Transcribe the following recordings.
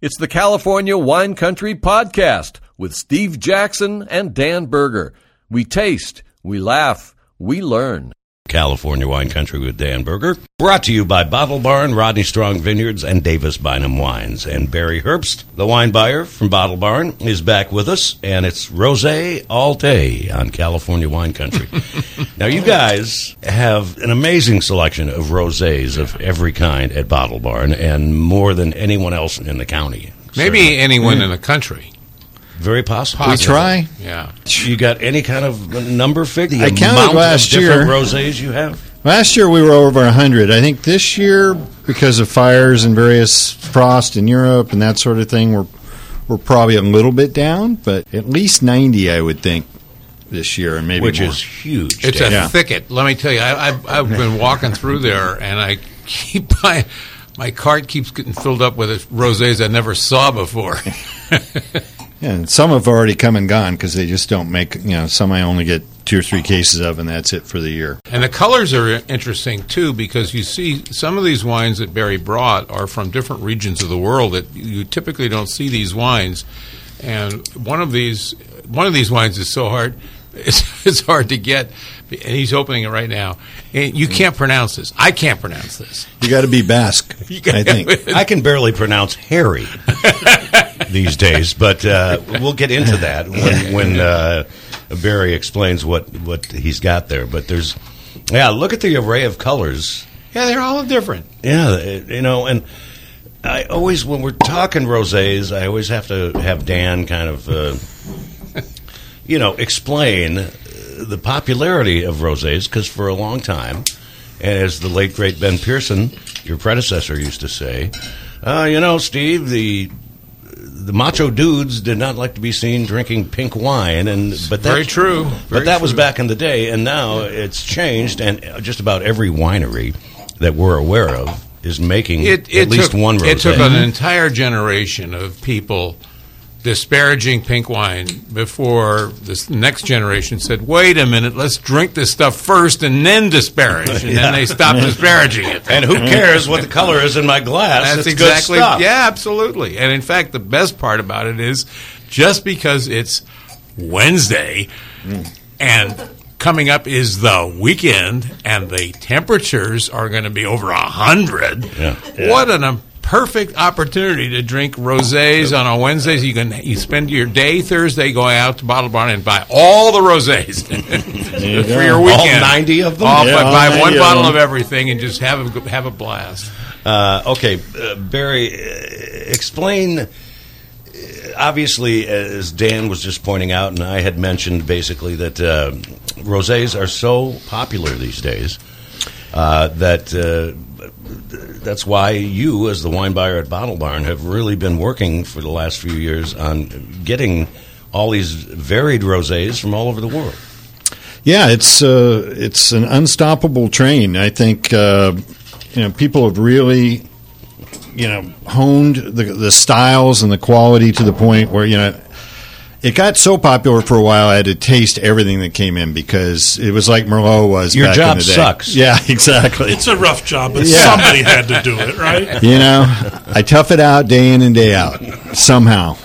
It's the California Wine Country Podcast with Steve Jackson and Dan Berger. We taste, we laugh, we learn. California Wine Country with Dan Berger. Brought to you by Bottle Barn, Rodney Strong Vineyards, and Davis Bynum Wines. And Barry Herbst, the wine buyer from Bottle Barn, is back with us, and it's rosé all day on California Wine Country. now, you guys have an amazing selection of rosés of every kind at Bottle Barn, and more than anyone else in the county. Maybe anyone in the country. Very possible. We try. Yeah. You got any kind of number figure? I counted last year. Rosés you have. Last year we were over 100. I think this year, because of fires and various frost in Europe and that sort of thing, we're we're probably a little bit down, but at least 90, I would think, this year, and maybe which more. is huge. It's Dan. a Yeah. thicket. Let me tell you, I, I've, I've been walking through there, and I keep my my cart keeps getting filled up with rosés I never saw before. Yeah, and some have already come and gone because they just don't make. You know, some I only get two or three cases of, and that's it for the year. and the colors are interesting too, because you see some of these wines that Barry brought are from different regions of the world that you typically don't see these wines. And one of these one of these wines is so hard. It's, it's hard to get, and he's opening it right now. And you can't pronounce this. I can't pronounce this. You got to be Basque, I think. I can barely pronounce Harry these days, but uh, we'll get into that when, when uh, Barry explains what, what he's got there. But there's, yeah, look at the array of colors. Yeah, they're all different. Yeah, it- you know, and I always, when we're talking rosés, I always have to have Dan kind of, uh, you know, explain uh, the popularity of rosés because for a long time, and as the late great Ben Pearson, your predecessor, used to say, uh, you know, Steve, the the macho dudes did not like to be seen drinking pink wine, and but that, Very true. but Very that was true. back in the day, and now it's changed, and just about every winery that we're aware of is making it, it at least took, one rosé. It took an entire generation of people disparaging pink wine before this next generation said, "Wait a minute, let's drink this stuff first and then disparage." And then they stopped disparaging it. and who cares what the color is in my glass? it's That's exactly good stuff. yeah, absolutely. And in fact, the best part about it is just because it's Wednesday and coming up is the weekend and the temperatures are going to be over 100. Yeah. What an um, perfect opportunity to drink rosés on a Wednesday. You can you spend your day Thursday going out to Bottle Barn and buy all the rosés you for go. your weekend. All 90 of them? All, Yeah, but all buy 90 one of bottle them. of everything and just have a have a blast. Uh, okay, uh, Barry, uh, explain. uh, Obviously, uh, as Dan was just pointing out, and I had mentioned basically that uh, rosés are so popular these days uh, that uh, that's why you, as the wine buyer at Bottle Barn, have really been working for the last few years on getting all these varied rosés from all over the world. Yeah, it's uh, it's an unstoppable train. I think uh, you know people have really you know honed the the styles and the quality to the point where you know it got so popular for a while. I had to taste everything that came in because it was like Merlot was. Your back job in the day. sucks. Yeah, exactly. It's a rough job, but Yeah. somebody had to do it, right? you know, I tough it out day in and day out somehow.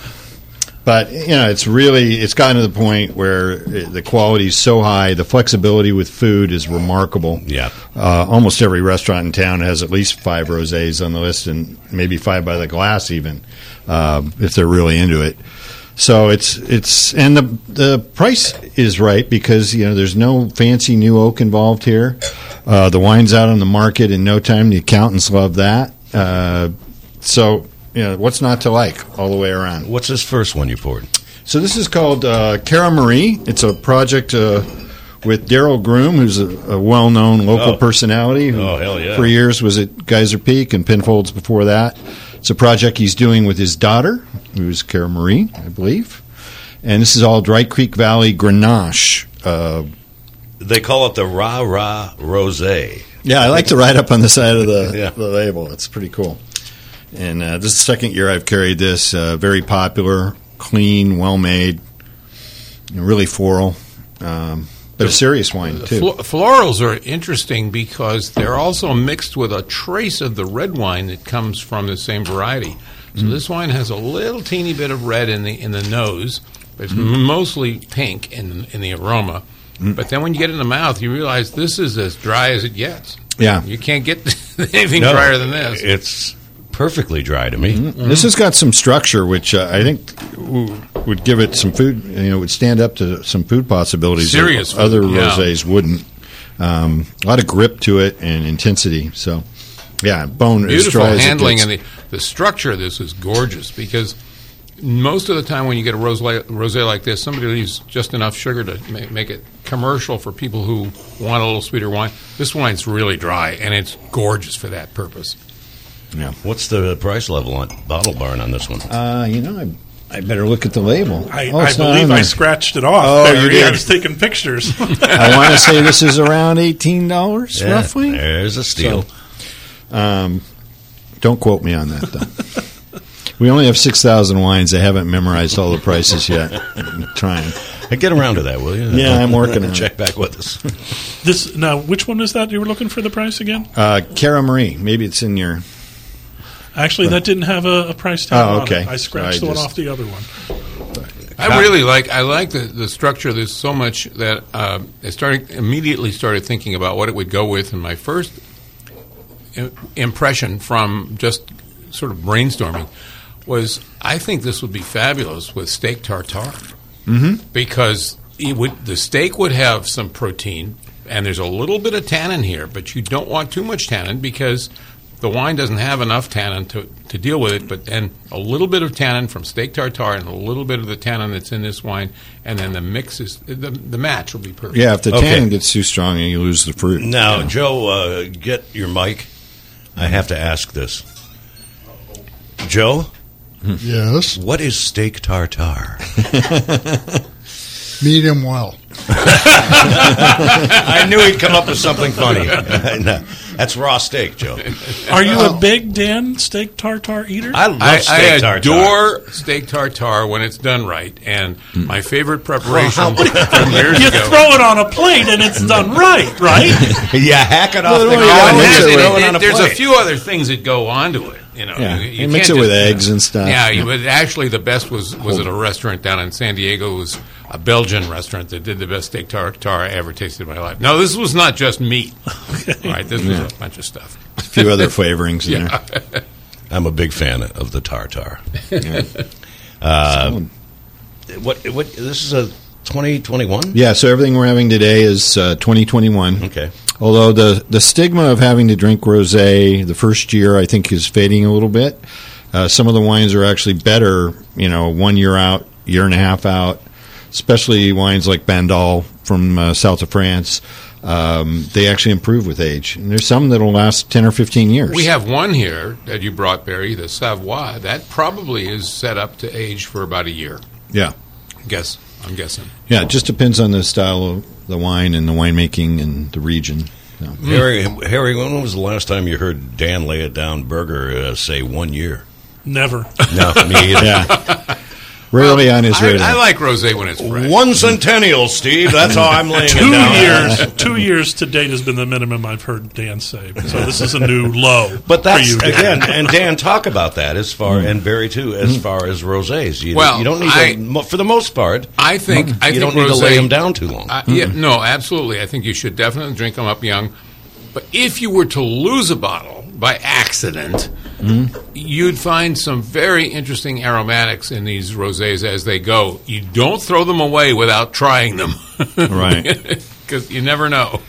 But you know, it's really it's gotten to the point where it, the quality is so high, the flexibility with food is remarkable. Yeah. uh, almost every restaurant in town has at least five rosés on the list, and maybe five by the glass even, uh, if they're really into it. So it's it's and the the price is right because you know there's no fancy new oak involved here. Uh, the wine's out on the market in no time. The accountants love that. Uh, so you know what's not to like all the way around. What's this first one you poured? So this is called uh, Cara Marie. It's a project uh, with Daryl Groom, who's a, a well-known local Oh. personality. Who Oh, hell yeah. For years was at Geyser Peak and Pinfolds before that. It's a project he's doing with his daughter, who's Cara Marie, I believe. And this is all Dry Creek Valley Grenache. Uh, They call it the Ra Ra Rosé. yeah, I like to write up on the side of the, Yeah. the label. It's pretty cool. And uh, this is the second year I've carried this. Uh, very popular, clean, well made, really floral, um, but a serious wine too. Flo- florals are interesting because they're also mixed with a trace of the red wine that comes from the same variety. Mm. So this wine has a little teeny bit of red in the in the nose, but it's Mm. mostly pink in in the aroma. But then when you get in the mouth, you realize this is as dry as it gets. Yeah. you can't get anything No, drier than this. It's perfectly dry to me. Mm-hmm. This has got some structure, which uh, I think w- would give it some food. You know, would stand up to some food possibilities. that Serious food, other yeah. rosés wouldn't. Um, a lot of grip to it and intensity. So, yeah, bone as beautiful dry as it handling gets. and the, the structure of this is gorgeous because most of the time when you get a rose rosé like this somebody leaves just enough sugar to ma- make it commercial for people who want a little sweeter wine this wine's really dry and it's gorgeous for that purpose yeah. What's the price level on Bottle Barn on this one? Uh, you know, I, I better look at the label. I, Oh, I it's not on believe I there. scratched it off. Oh, there. you Yeah, I did. was taking pictures. I want to say this is around eighteen dollars, Yeah, roughly. There's a steal. Don't quote me on that though. we only have six thousand wines. I haven't memorized all the prices yet. I'm trying. Hey, get around to that, will you? Yeah, I'm working on it. Check back with us. this now, which one is that you were looking for the price again? Uh, Cara Marie, maybe it's in your. Actually, that didn't have a, a price tag. Oh, on it. okay. I scratched So I the one just- off the other one. I really like I like the, the structure. There's so much that uh, I started immediately started thinking about what it would go with. And my first i- impression from just sort of brainstorming was I think this would be fabulous with steak tartare because it would the steak would have some protein and there's a little bit of tannin here, but you don't want too much tannin because the wine doesn't have enough tannin to, to deal with it. But and a little bit of tannin from steak tartare and a little bit of the tannin that's in this wine, and then the mix is the, the match will be perfect. Yeah, if the Okay. tannin gets too strong and you lose the fruit. Now, Joe, uh, get your mic. I have to ask this. Joe, Yes, what is steak tartare? medium well. I knew he'd come up with something funny. No, that's raw steak, Joe. Are you Oh. a big Dan steak tartare eater? I love I, I steak tartare. adore steak tartare when it's done right, and my favorite preparation from years you ago. throw it on a plate and it's done right, right? Yeah, hack it off the Oh, Well, grill yeah, and mix then it throw with- it on a there's a plate. few other things that go onto it. You know, Yeah, You- you you mix can't it with just- eggs and stuff. Yeah, you- but actually, the best was was at a restaurant down in San Diego. It was a Belgian rrestaurant that did the best steak tartare I ever tasted in my life. No, this was not just meat. All right, this was a bunch of stuff. A few other flavorings in there. I'm a big fan of the tartar. Uh, What? What? This is a 2021. Yeah, so everything we're having today is uh, 2021. Okay. Although the, the stigma of having to drink rosé the first year, I think, is fading a little bit. Uh, some of the wines are actually better, you know, one year out, year and a half out, especially wines like Bandol from uh, south of France. Um, they actually improve with age. And there's some that'll last 10 or 15 years. We have one here that you brought, Barry, the Savoie. That probably is set up to age for about a year. Yeah. Guess I'm guessing. Yeah, it just depends on the style of the wine and the winemaking and the region. So. Harry, Harry, when was the last time you heard Dan lay it down? Burger uh, say one year. Never. No, me either. Yeah. Rarely on his I, radar. I like rosé when it's fresh. One centennial, Steve. That's how I'm laying Two it down. years. uh, Two years to date has been the minimum I've heard Dan say. So this is a new low. But that's for you, Dan. again, and Dan talk about that as far and Barry too, as far as rosés. You, Well, you don't need I- to, mo- for the most part. I think Mm. I you think don't need to rosé- lay them down too long. I- yeah, no, absolutely. I think you should definitely drink them up young. But if you were to lose a bottle by accident, Mm-hmm. you'd find some very interesting aromatics in these rosés as they go. You don't throw them away without trying them, Right. Because you never know.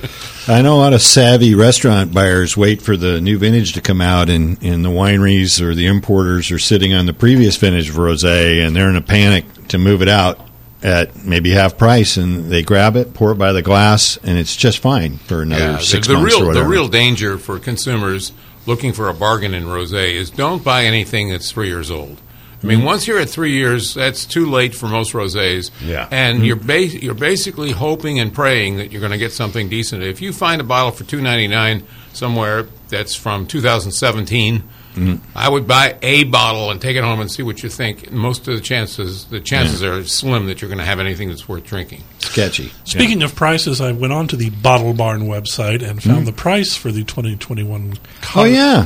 I know a lot of savvy restaurant buyers wait for the new vintage to come out, and, and the wineries or the importers are sitting on the previous vintage of rosé, and they're in a panic to move it out at maybe half price, and they grab it, pour it by the glass, and it's just fine for another Yeah, six the, the months real or the whatever. real danger for consumers looking for a bargain in rosé is don't buy anything that's three years old. I Mm-hmm. mean, once you're at three years, that's too late for most rosés. Yeah. and Mm-hmm. you're ba- you're basically hoping and praying that you're going to get something decent. If you find a bottle for two ninety nine somewhere that's from 2017. Mm-hmm. I would buy a bottle and take it home and see what you think. Most of the chances, the chances are slim that you're going to have anything that's worth drinking. sketchy. Speaking of prices, I went on to the Bottle Barn website and found the price for the 2021 Hmm? Oh color. yeah,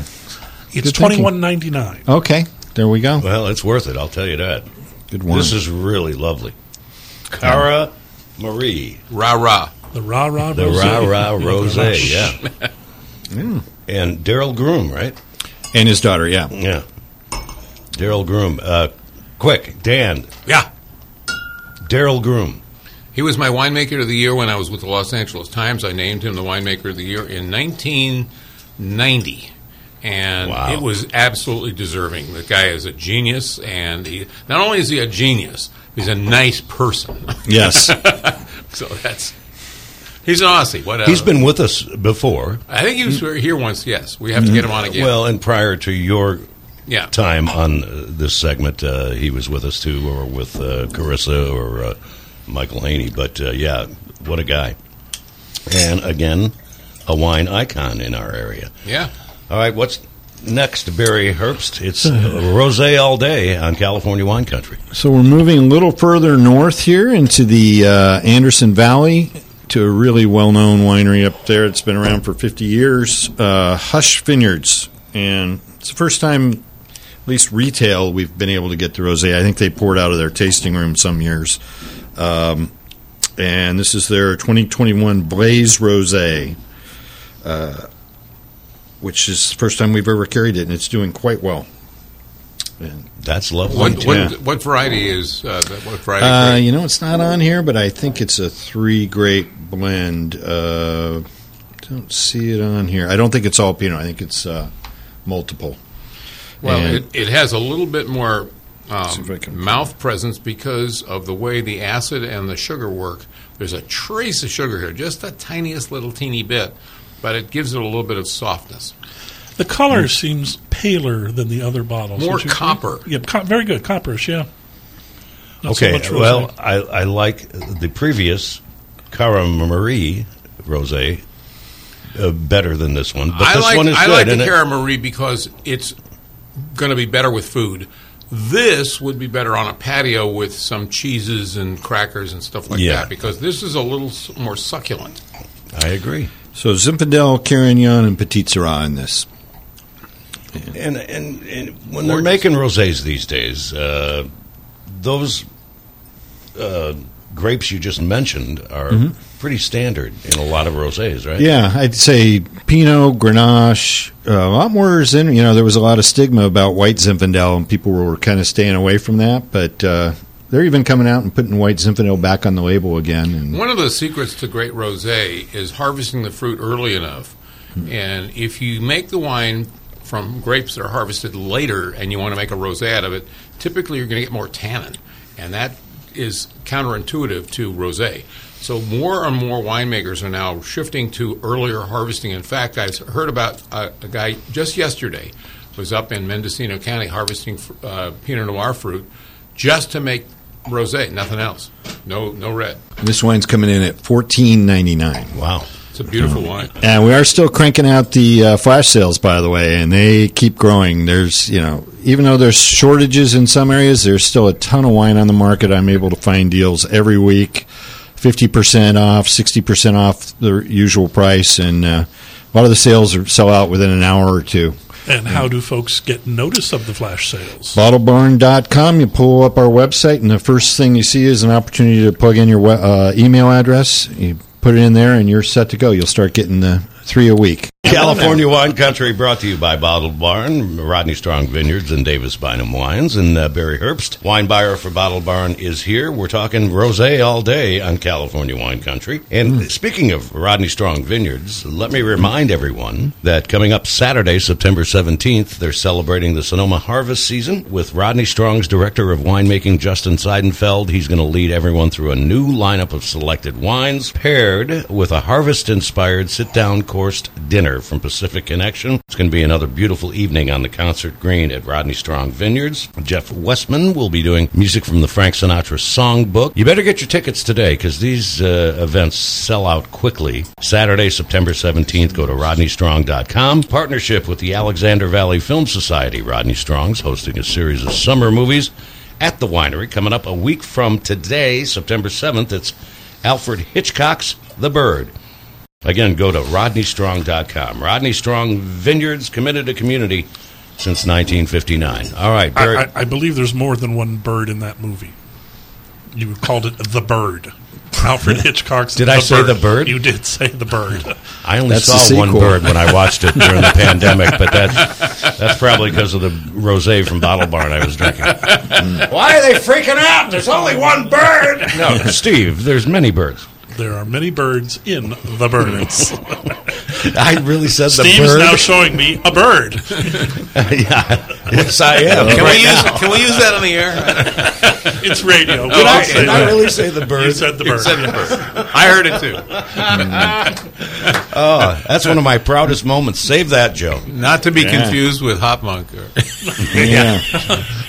It's Good thinking. $21.99. okay. There we go. Well, it's worth it. I'll tell you that. Good one. This is really lovely. Cara Marie, Rah rah. The rah rah the rosé. Oh, rah rah The rose. Yeah, and Daryl Groom, right? and his daughter, yeah. Yeah, Daryl Groom. Uh, quick, Dan, Yeah. Daryl Groom. He was my winemaker of the year when I was with the Los Angeles Times. I named him the winemaker of the year in 1990. And Wow. it was absolutely deserving. The guy is a genius, and he not only is he a genius, he's a nice person. Yes. so that's he's an Aussie. Whatever. He's been with us before. I think he was here once. Yes, we have to get him on again. Well, and prior to your yeah. time on uh, this segment, uh, he was with us too, or with uh, Carissa or uh, Michael Haney. But uh, yeah, what a guy! And again, a wine icon in our area. yeah. All right, what's next, Barry Herbst? It's uh, rosé all day on California wine country. So we're moving a little further north here into the uh, Anderson Valley to a really well-known winery up there. It's been around for 50 years, uh, Hush Vineyards, and it's the first time, at least retail, we've been able to get the rosé. I think they poured out of their tasting room some years, um, and this is their 2021 Blaze Rosé. Uh, which is the first time we've ever carried it, and it's doing quite well. That's lovely. What, what, Yeah. what variety is uh, the- what variety? Uh, you know, it's not on here, but I think it's a three grape blend. Uh, don't see it on here. I don't think it's all Pinot. I think it's uh, multiple. Well, And- it, it has a little bit more See if I um, can- mouth presence because of the way the acid and the sugar work. There's a trace of sugar here, just the tiniest little teeny bit, but it gives it a little bit of softness. The color seems paler than the other bottles. More Would you agree? copper. Yeah, co- very good. Copperish, yeah. Not so okay, much rosé. well, I, I like the previous Cara Marie rosé uh, better than this one, but I this like one is I good. like the and it- Cara Marie because it's going to be better with food. This would be better on a patio with some cheeses and crackers and stuff like Yeah. that because this is a little s- more succulent. I agree. So Zinfandel, Carignan, and Petit Syrah in this. And and, and when they're making rosés these days, uh, those uh, grapes you just mentioned are Mm-hmm. pretty standard in a lot of rosés, right? Yeah, I'd say Pinot, Grenache, uh, a lot more. Zin- you know, there was a lot of stigma about white Zinfandel, and people were kind of staying away from that. But uh, they're even coming out and putting white Zinfandel back on the label again. And One of the secrets to great rosé is harvesting the fruit early enough. And if you make the wine from grapes that are harvested later and you want to make a rosé out of it, typically you're going to get more tannin. And that is counterintuitive to rosé. So more and more winemakers are now shifting to earlier harvesting. In fact, I heard about a, a guy just yesterday was up in Mendocino County harvesting fr- uh, Pinot Noir fruit just to make rosé, nothing else. No no red. this wine's coming in at fourteen ninety nine. Wow. It's a beautiful wine. And we are still cranking out the uh, flash sales, by the way, and they keep growing. There's, you know, even though there's shortages in some areas, there's still a ton of wine on the market. I'm able to find deals every week, fifty percent off, sixty percent off the usual price, and uh, a lot of the sales are, sell out within an hour or two. and hmm. how do folks get notice of the flash sales? BottleBarn.com. You pull up our website, and the first thing you see is an opportunity to plug in your we- uh, email address. You put it in there, and you're set to go. You'll start getting the three a week. California Wine Country brought to you by Bottle Barn, Rodney Strong Vineyards, and Davis Bynum Wines, and uh, Barry Herbst. Wine buyer for Bottle Barn is here. We're talking rosé all day on California Wine Country. And speaking of Rodney Strong Vineyards, let me remind everyone that coming up Saturday, September 17th, they're celebrating the Sonoma harvest season with Rodney Strong's director of winemaking, Justin Seidenfeld. He's going to lead everyone through a new lineup of selected wines paired with a harvest inspired sit down coursed dinner from Pacific Connection. It's going to be another beautiful evening on the concert green at Rodney Strong Vineyards. Jeff Westman will be doing music from the Frank Sinatra songbook. You better get your tickets today because these uh, events sell out quickly. Saturday, September 17th, go to rodneystrong.com. Partnership with the Alexander Valley Film Society. Rodney Strong's hosting a series of summer movies at the winery coming up a week from today, September 7th. It's Alfred Hitchcock's The Bird. Again, go to rodneystrong.com. Rodney Strong Vineyards, committed to community since 1959. All right, Barry. I, I, I believe there's more than one bird in that movie. You called it the bird. Alfred Hitchcock's. Did I say The Bird? You did say the bird. I only That's saw the one sequel. bird when I watched it during the pandemic, but that, that's probably because of the rosé from Bottle Barn I was drinking. Why are they freaking out? There's only one bird. No, Steve, there's many birds. there are many birds in the birds. I really said Steve's now showing me a bird. yeah. Yes, I am. Can, Right we use, now. can we use that on the air? It's radio. We Did don't I, say did I that. really say the bird? You said the You bird. said the bird. I heard it too. oh, that's one of my proudest moments. Save that, Joe. Not to be Yeah. confused with Hop Monk. or- Yeah.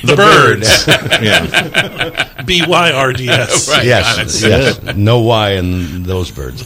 the, birds. yeah. B Y R D S. Right. Yes, yes. No why in those birds.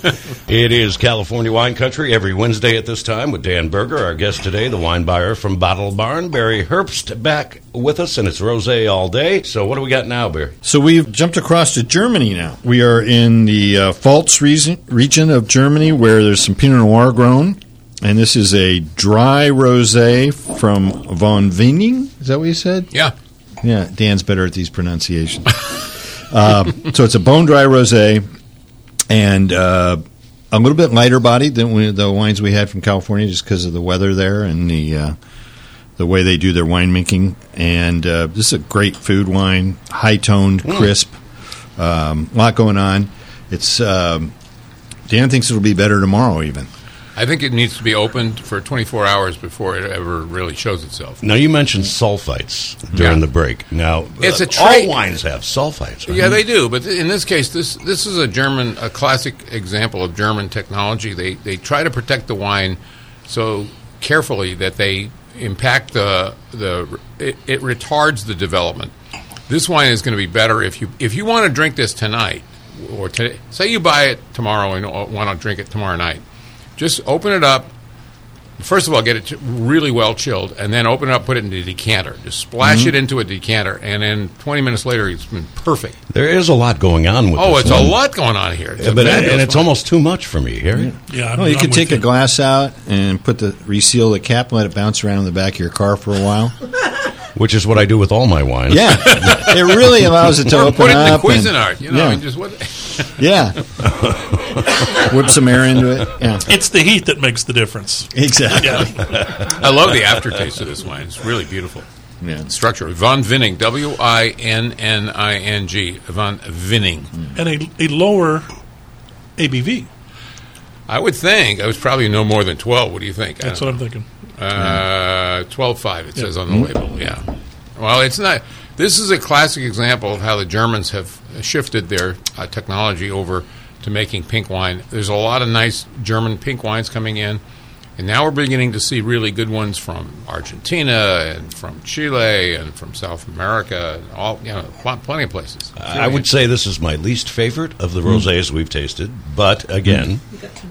It is California Wine Country every Wednesday at this time with Dan Berger, our guest today, the wine buyer from Bottle Barn. Barry Herbst back with us, and it's rosé all day. So what do we got now, Barry? So we've jumped across to Germany now. We are in the uh, Pfalz region, region of Germany where there's some Pinot Noir grown. And this is a dry rosé from von Wiening. Is that what you said? Yeah. Yeah, Dan's better at these pronunciations. uh, so it's a bone dry rosé, and uh, a little bit lighter bodied than we, the wines we had from California, just because of the weather there and the uh, the way they do their winemaking. And uh, this is a great food wine, high toned, Mm. crisp, um, lot going on. It's um, Dan thinks it'll be better tomorrow, even. I think it needs to be opened for 24 hours before it ever really shows itself. Now you mentioned sulfites during Yeah. the break. Now uh, It's a all trait. wines have sulfites. Right? Yeah, they do. But th- in this case, this this is a German, a classic example of German technology. They they try to protect the wine so carefully that they impact the the it, it retards the development. This wine is going to be better if you if you want to drink this tonight or today. Say you buy it tomorrow and want to drink it tomorrow night. Just open it up, First of all, get it ch- really well chilled, and then open it up, put it in a decanter. Just splash it into a decanter, and then 20 minutes later, it's been perfect. There is a lot going on with. Oh, this it's one. a lot going on here. It's Yeah, a but fabulous and it's one. almost too much for me here. Yeah, I'm, Well, you I'm could with take you. a glass out and put the reseal the cap, let it bounce around in the back of your car for a while. which is what I do with all my wines. Yeah, it really allows it to Or open put it in the up. and- Cuisinart, you know, yeah, and just what? yeah. whip some air into it. Yeah, It's the heat that makes the difference. exactly. Yeah. I love the aftertaste of this wine. It's really beautiful. Structure. Von Vinning, W I N N I N G. Von Vinning. Mm. And a, a lower ABV. I would think, I was probably no more than 12. What do you think? I That's don't what I'm thinking. Uh, twelve five. It says on the label. Yeah. Well, it's not. This is a classic example of how the Germans have shifted their uh, technology over to making pink wine. There's a lot of nice German pink wines coming in, and now we're beginning to see really good ones from Argentina and from Chile and from South America and all you know, pl- plenty of places. I would say this is my least favorite of the rosés we've tasted, but again,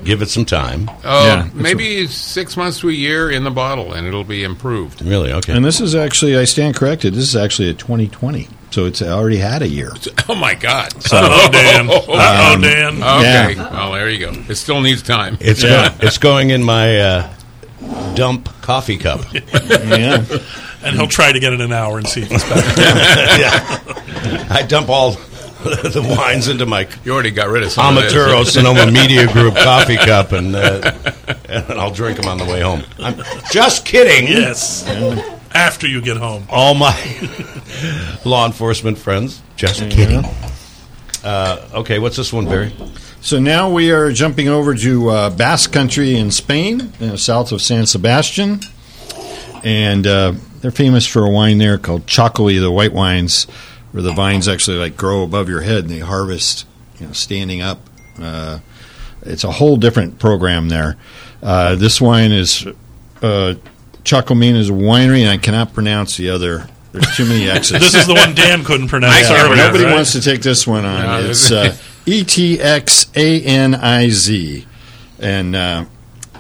give it some time. Oh, Yeah, that's maybe six months to a year in the bottle, and it'll be improved. Really? Okay. And this is actually, I stand corrected. This is actually a 2020, so it's already had a year. Oh my God! Oh, Dan. oh, Dan. Okay. Yeah. Well, there you go. It still needs time. It's go- it's going in my uh, dump coffee cup. Yeah, and he'll try to get it in an hour and see if it's better. I dump all the wines into my You already got rid of some of this. Amaturo Sonoma Media Group coffee cup, and uh, and I'll drink them on the way home. I'm just kidding. yes. After you get home. All my law enforcement friends, just kidding. Uh, okay, what's this one, Barry? So now we are jumping over to uh, Basque Country in Spain, uh, south of San Sebastian, and uh, they're famous for a wine there called Chocolate, the white wines, where the vines actually like grow above your head and they harvest, you know, standing up. Uh, it's a whole different program there. Uh, this wine is uh, Chocomine is a winery, and I cannot pronounce the other. There's too many X's. This is the one Dan couldn't pronounce. Yeah, earlier, nobody right? wants to take this one on. No, it's uh, E T X A N I Z, and uh,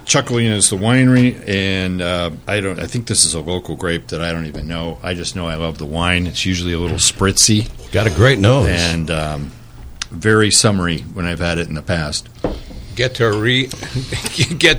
Chuckalina is the winery. And uh, I don't. I think this is a local grape that I don't even know. I just know I love the wine. It's usually a little spritzy Got a great nose. and um, very summery when I've had it in the past. Guettari-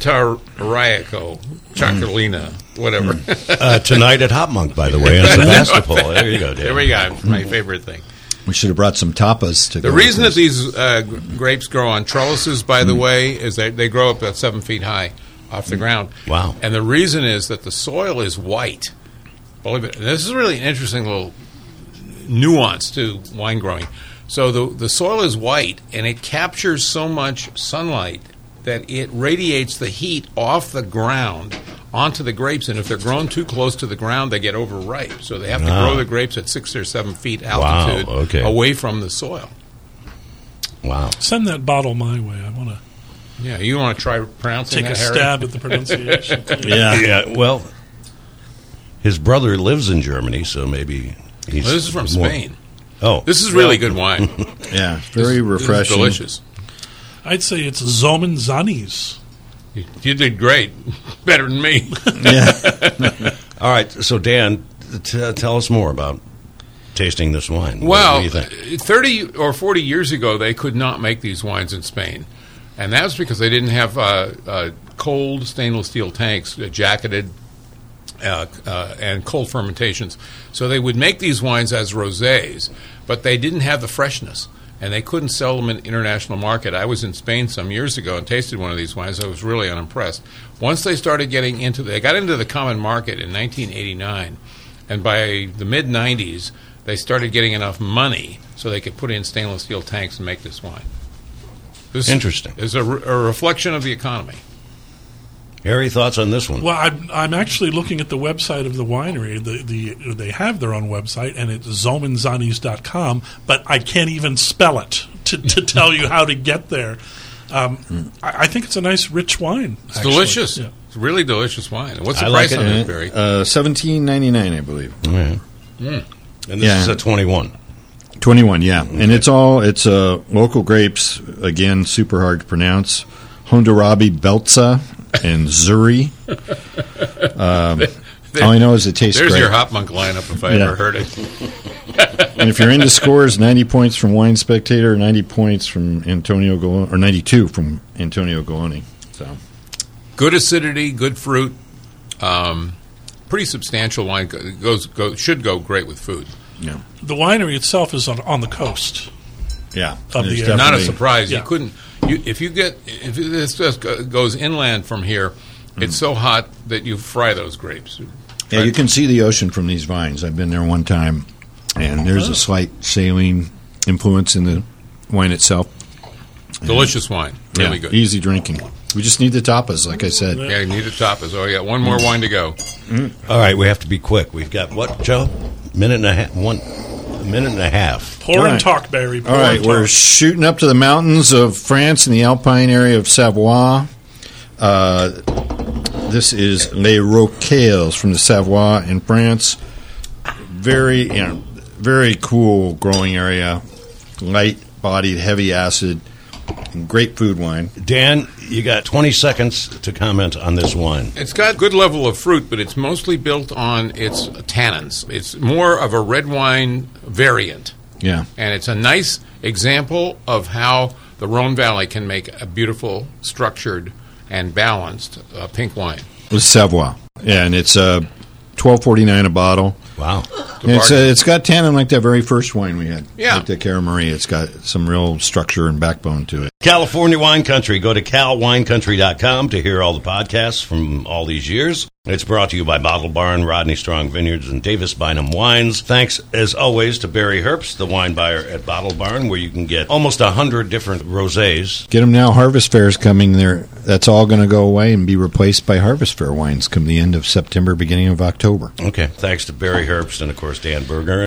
Guettariaco, Chocolina, whatever. Uh, tonight at Hop Monk, by the way, in Sebastopol. There you go, Dan. there we go. My favorite thing. We should have brought some tapas to The reason that these uh, gr- grapes grow on trellises, by the way, is that they grow up about seven feet high off the ground. Wow. And the reason is that the soil is white. Believe it. This is really an interesting little nuance to wine growing. So the the soil is white, and it captures so much sunlight that it radiates the heat off the ground onto the grapes. And if they're grown too close to the ground, they get overripe. So they have to Ah. grow the grapes at six or seven feet altitude, okay. away from the soil. Wow. Send that bottle my way. I want to Yeah, you want to try pronouncing take a that, Harry? stab at the pronunciation. Yeah. Well, his brother lives in Germany, so maybe he's. Well, this is from more- Spain. Oh, This is really good wine. Yeah. This Very is refreshing. delicious. I'd say it's Zomen Zannies. You you did great, better than me. Yeah. All right. So Dan, t- tell us more about tasting this wine. What- Well, what do you think? 30 or 40 years ago, they could not make these wines in Spain. And that's because they didn't have uh, uh, cold stainless steel tanks, uh, jacketed, uh, uh, and cold fermentations. So they would make these wines as rosés, but they didn't have the freshness. And they couldn't sell them in the international market. I was in Spain some years ago and tasted one of these wines. I was really unimpressed. Once they started getting into, they got into the common market in 1989. And by the mid 90s, they started getting enough money so they could put in stainless steel tanks and make this wine. This Interesting. is a, re- a reflection of the economy. Harry, thoughts on this one? Well, I'm, I'm actually looking at the website of the winery. The, the, they have their own website, and it's zomanzanis.com, but I can't even spell it to, to tell you how to get there. Um, I, I think it's a nice, rich wine. It's delicious. It's really delicious wine. What's the I like price it. Mm-hmm. on it, Barry? Uh, Seventeen ninety nine, I believe. All right. And this Yeah. is a twenty-one. Twenty one. Yeah, and it's all it's uh, local grapes. Again, super hard to pronounce. Hondurabi Belza and Zuri. Um, All I know is it tastes There's great. your Hop Monk lineup if I Yeah. ever heard it. and if you're into scores, 90 points from Wine Spectator, 90 points from Antonio Galone, or 92 from Antonio Galone. So Good acidity, good fruit, um, pretty substantial wine. Go- Goes, go, should go great with food. yeah, The winery itself is on, on the coast. yeah, Of the, It's Not uh, a definitely- surprise. Yeah. You couldn't. You, if you get if this just go- goes inland from here, Mm. it's so hot that you fry those grapes. Yeah, you can see the ocean from these vines. I've been there one time, and there's Uh-huh. a slight saline influence in the wine itself. Delicious wine, really Yeah, good. easy drinking. We just need the tapas, like I said. Yeah, you need the tapas. Oh yeah, one more wine to go. All right, we have to be quick. We've got what, Joe? Minute and a half. One a minute and a half. Pour Right. and talk, Barry. Pour All right, and we're talk. shooting up to the mountains of France and the alpine area of Savoie. Uh, this is Les Rocailles from the Savoie in France. Very, you know, very cool growing area. Light bodied, heavy acid, and great food wine. Dan, you got twenty seconds to comment on this wine. It's got good level of fruit, but it's mostly built on its tannins. It's more of a red wine variant. Yeah. And it's a nice example of how the Rhone Valley can make a beautiful, structured, and balanced uh, pink wine. The Savoie. Yeah, and it's uh, twelve forty nine a bottle. Wow. And It's uh, bargain. it's got tannin like that very first wine we had. Yeah. Like the Cara Marie. It's got some real structure and backbone to it. California Wine Country. Go to calwinecountry.com to hear all the podcasts from all these years. It's brought to you by Bottle Barn, Rodney Strong Vineyards, and Davis Bynum Wines. Thanks, as always, to Barry Herbst, the wine buyer at Bottle Barn, where you can get almost 100 different rosés. Get them now. Harvest Fair is coming there. That's all going to go away and be replaced by Harvest Fair wines come the end of September, beginning of October. Okay. Thanks to Barry Herbst and, of course, Dan Berger.